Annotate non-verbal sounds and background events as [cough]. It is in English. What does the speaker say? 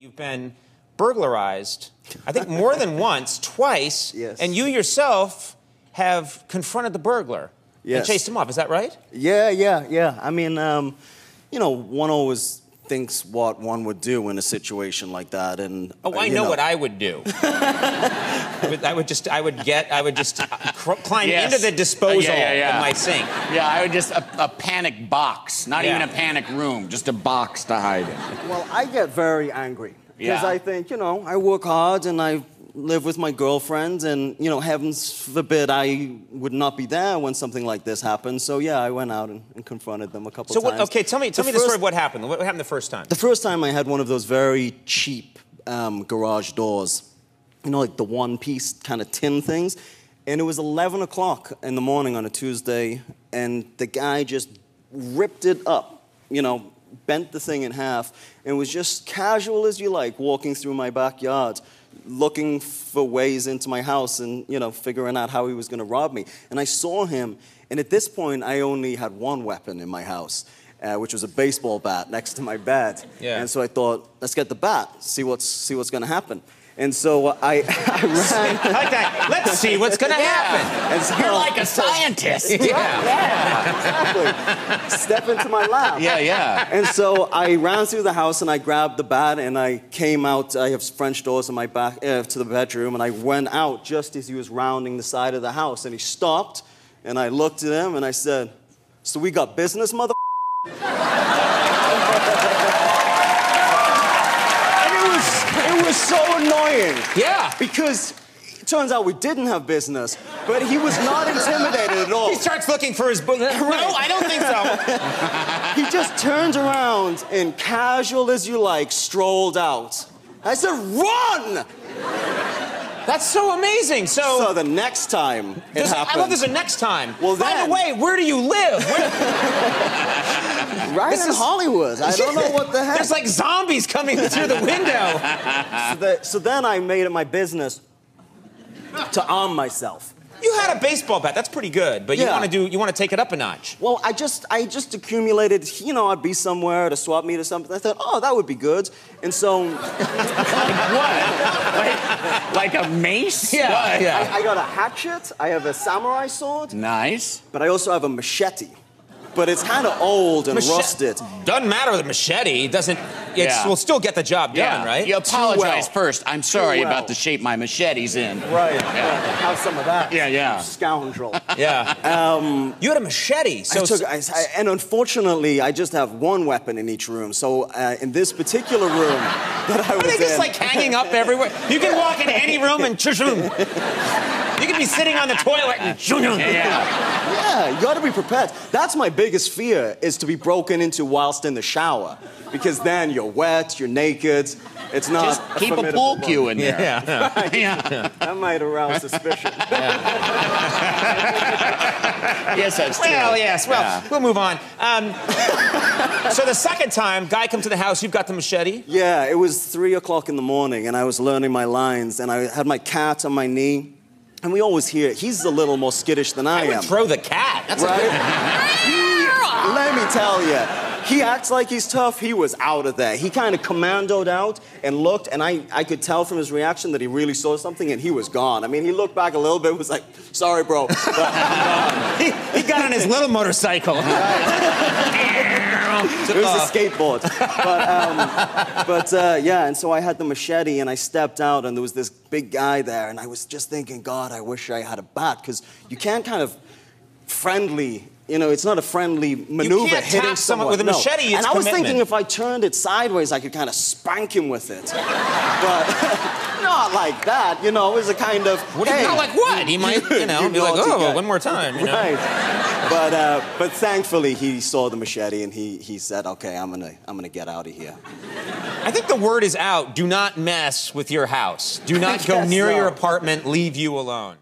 You've been burglarized, I think more [laughs] than once, twice, Yes. and you yourself have confronted the burglar and Yes. Uh, chased him off. Is that right? Yeah, yeah, yeah. I mean, um, you know, one always thinks what one would do in a situation like that, and Oh, uh, I you know, what I would do. I would- I would just, I would get, I would just uh, cr- climb Yes. Uh, into the disposal Yeah, yeah, yeah. of my sink. Yeah, I would just a, a panic box, not Yeah. even a panic room, just a box to hide in. Well, I get very angry because Yeah. I think, you know, I work hard and I live with my girlfriend, and you know, heavens forbid I would not be there when something like this happens. So yeah, I went out and, and confronted them a couple So, times. what, okay, tell me, tell me the first- story of what happened. What happened the first time? The first time I had one of those very cheap um, garage doors, you know, like the one piece kind of tin things. And it was 11 o'clock in the morning on a Tuesday, and the guy just ripped it up, you know, bent the thing in half, and was just casual as you like walking through my backyard. Looking for ways into my house and you know figuring out how he was going to rob me, and I saw him. And at this point, I only had one weapon in my house, uh, which was a baseball bat next to my bed. Yeah. And so I thought, let's get the bat, see what's see what's gonna happen. And so I, [laughs] I I [laughs] ran. like [laughs] that. Let's see what's going to happen. and so, [laughs] You're like [laughs] a scientist. Yeah. exactly. Step into my lap. Yeah, yeah. And so I ran through the house and I grabbed the bat and I came out. I have French doors in my back uh, to the bedroom and I went out just as he was rounding the side of the house and he stopped and I looked at him and I said, "So we got business, mother." and it was it was so annoying. Yeah. Because it turns out we didn't have business, but he was not intimidated at all. He starts looking for his [laughs] book. No, I don't think so. He just turned around and casual as you like strolled out. I said, run! That's so amazing. So the next time it There's- I happened, love there's a next time. Well, By the then- way, where do you live? Where- right in is- Hollywood. I don't [laughs] know what the heck. There's like zombies [laughs] coming through the window. so, the- so then I made it my business to arm myself. You had a baseball bat. That's pretty good, but you Yeah. want to do you want to take it up a notch. Well, I just I just accumulated, you know, I'd be somewhere at a swap meet or something. I thought, oh, that would be good. And so What? Like, like a mace? Yeah, What? yeah. I, I got a hatchet, I have a samurai sword, Nice. but I also have a machete. But it's kind of old and Mache- rusted. Doesn't matter the machete. It doesn't. It Yeah. will still get the job done, right? You apologize well. first. I'm sorry well. about the shape my machete's in. Right. Have some of that. Yeah, yeah. you Scoundrel. [laughs] Yeah. Um, you had a machete, so I took, I, I- and unfortunately, I just have one weapon in each room. So uh, in this particular room [laughs] that I are was they just in, like hanging up everywhere? You can walk in any room [laughs] and chushoom. You can be sitting on the toilet and chushoom. [laughs] Yeah. yeah, you got to be prepared. That's my biggest fear is to be broken into whilst in the shower, because then you're wet, you're naked. It's not. Just keep Uh, a formidable pool look. cue in there. [laughs] Yeah. [laughs] yeah. That might arouse suspicion. [laughs] Yes, that's true. Well, yes. Well, Yeah. we'll move on. Um, [laughs] so the second time, guy comes to the house. You've got the machete. Yeah, it was three o'clock in the morning, and I was learning my lines, and I had my cat on my knee, and we always hear he's a little more skittish than I, I am, would throw the cat. That's a- right? He- let me tell you, he acts like he's tough. He was out of there. He kind of commandoed out and looked, and I, I could tell from his reaction that he really saw something, and he was gone. I mean, he looked back a little bit, was like, "Sorry, bro." he, he got on his little motorcycle. [laughs] [laughs] It was Uh, a skateboard. But, um, but uh, yeah, and so I had the machete and I stepped out, and there was this big guy there, and I was just thinking, God, I wish I had a bat, because you can't kind of friendly. You know, it's not a friendly maneuver. can't hitting tap someone with a No. machete, it's and I was commitment. thinking if I turned it sideways, I could kind of spank him with it. but not like that. You know, it was a kind of. What do you hey, not like? What he might, [laughs] you know, you be like, naughty oh, guy." one more time. You know? Right. But uh, but thankfully he saw the machete and he he said, okay, I'm gonna I'm gonna get out of here. I think the word is out. Do not mess with your house. Do not go guess [laughs] near so. your apartment. Leave you alone.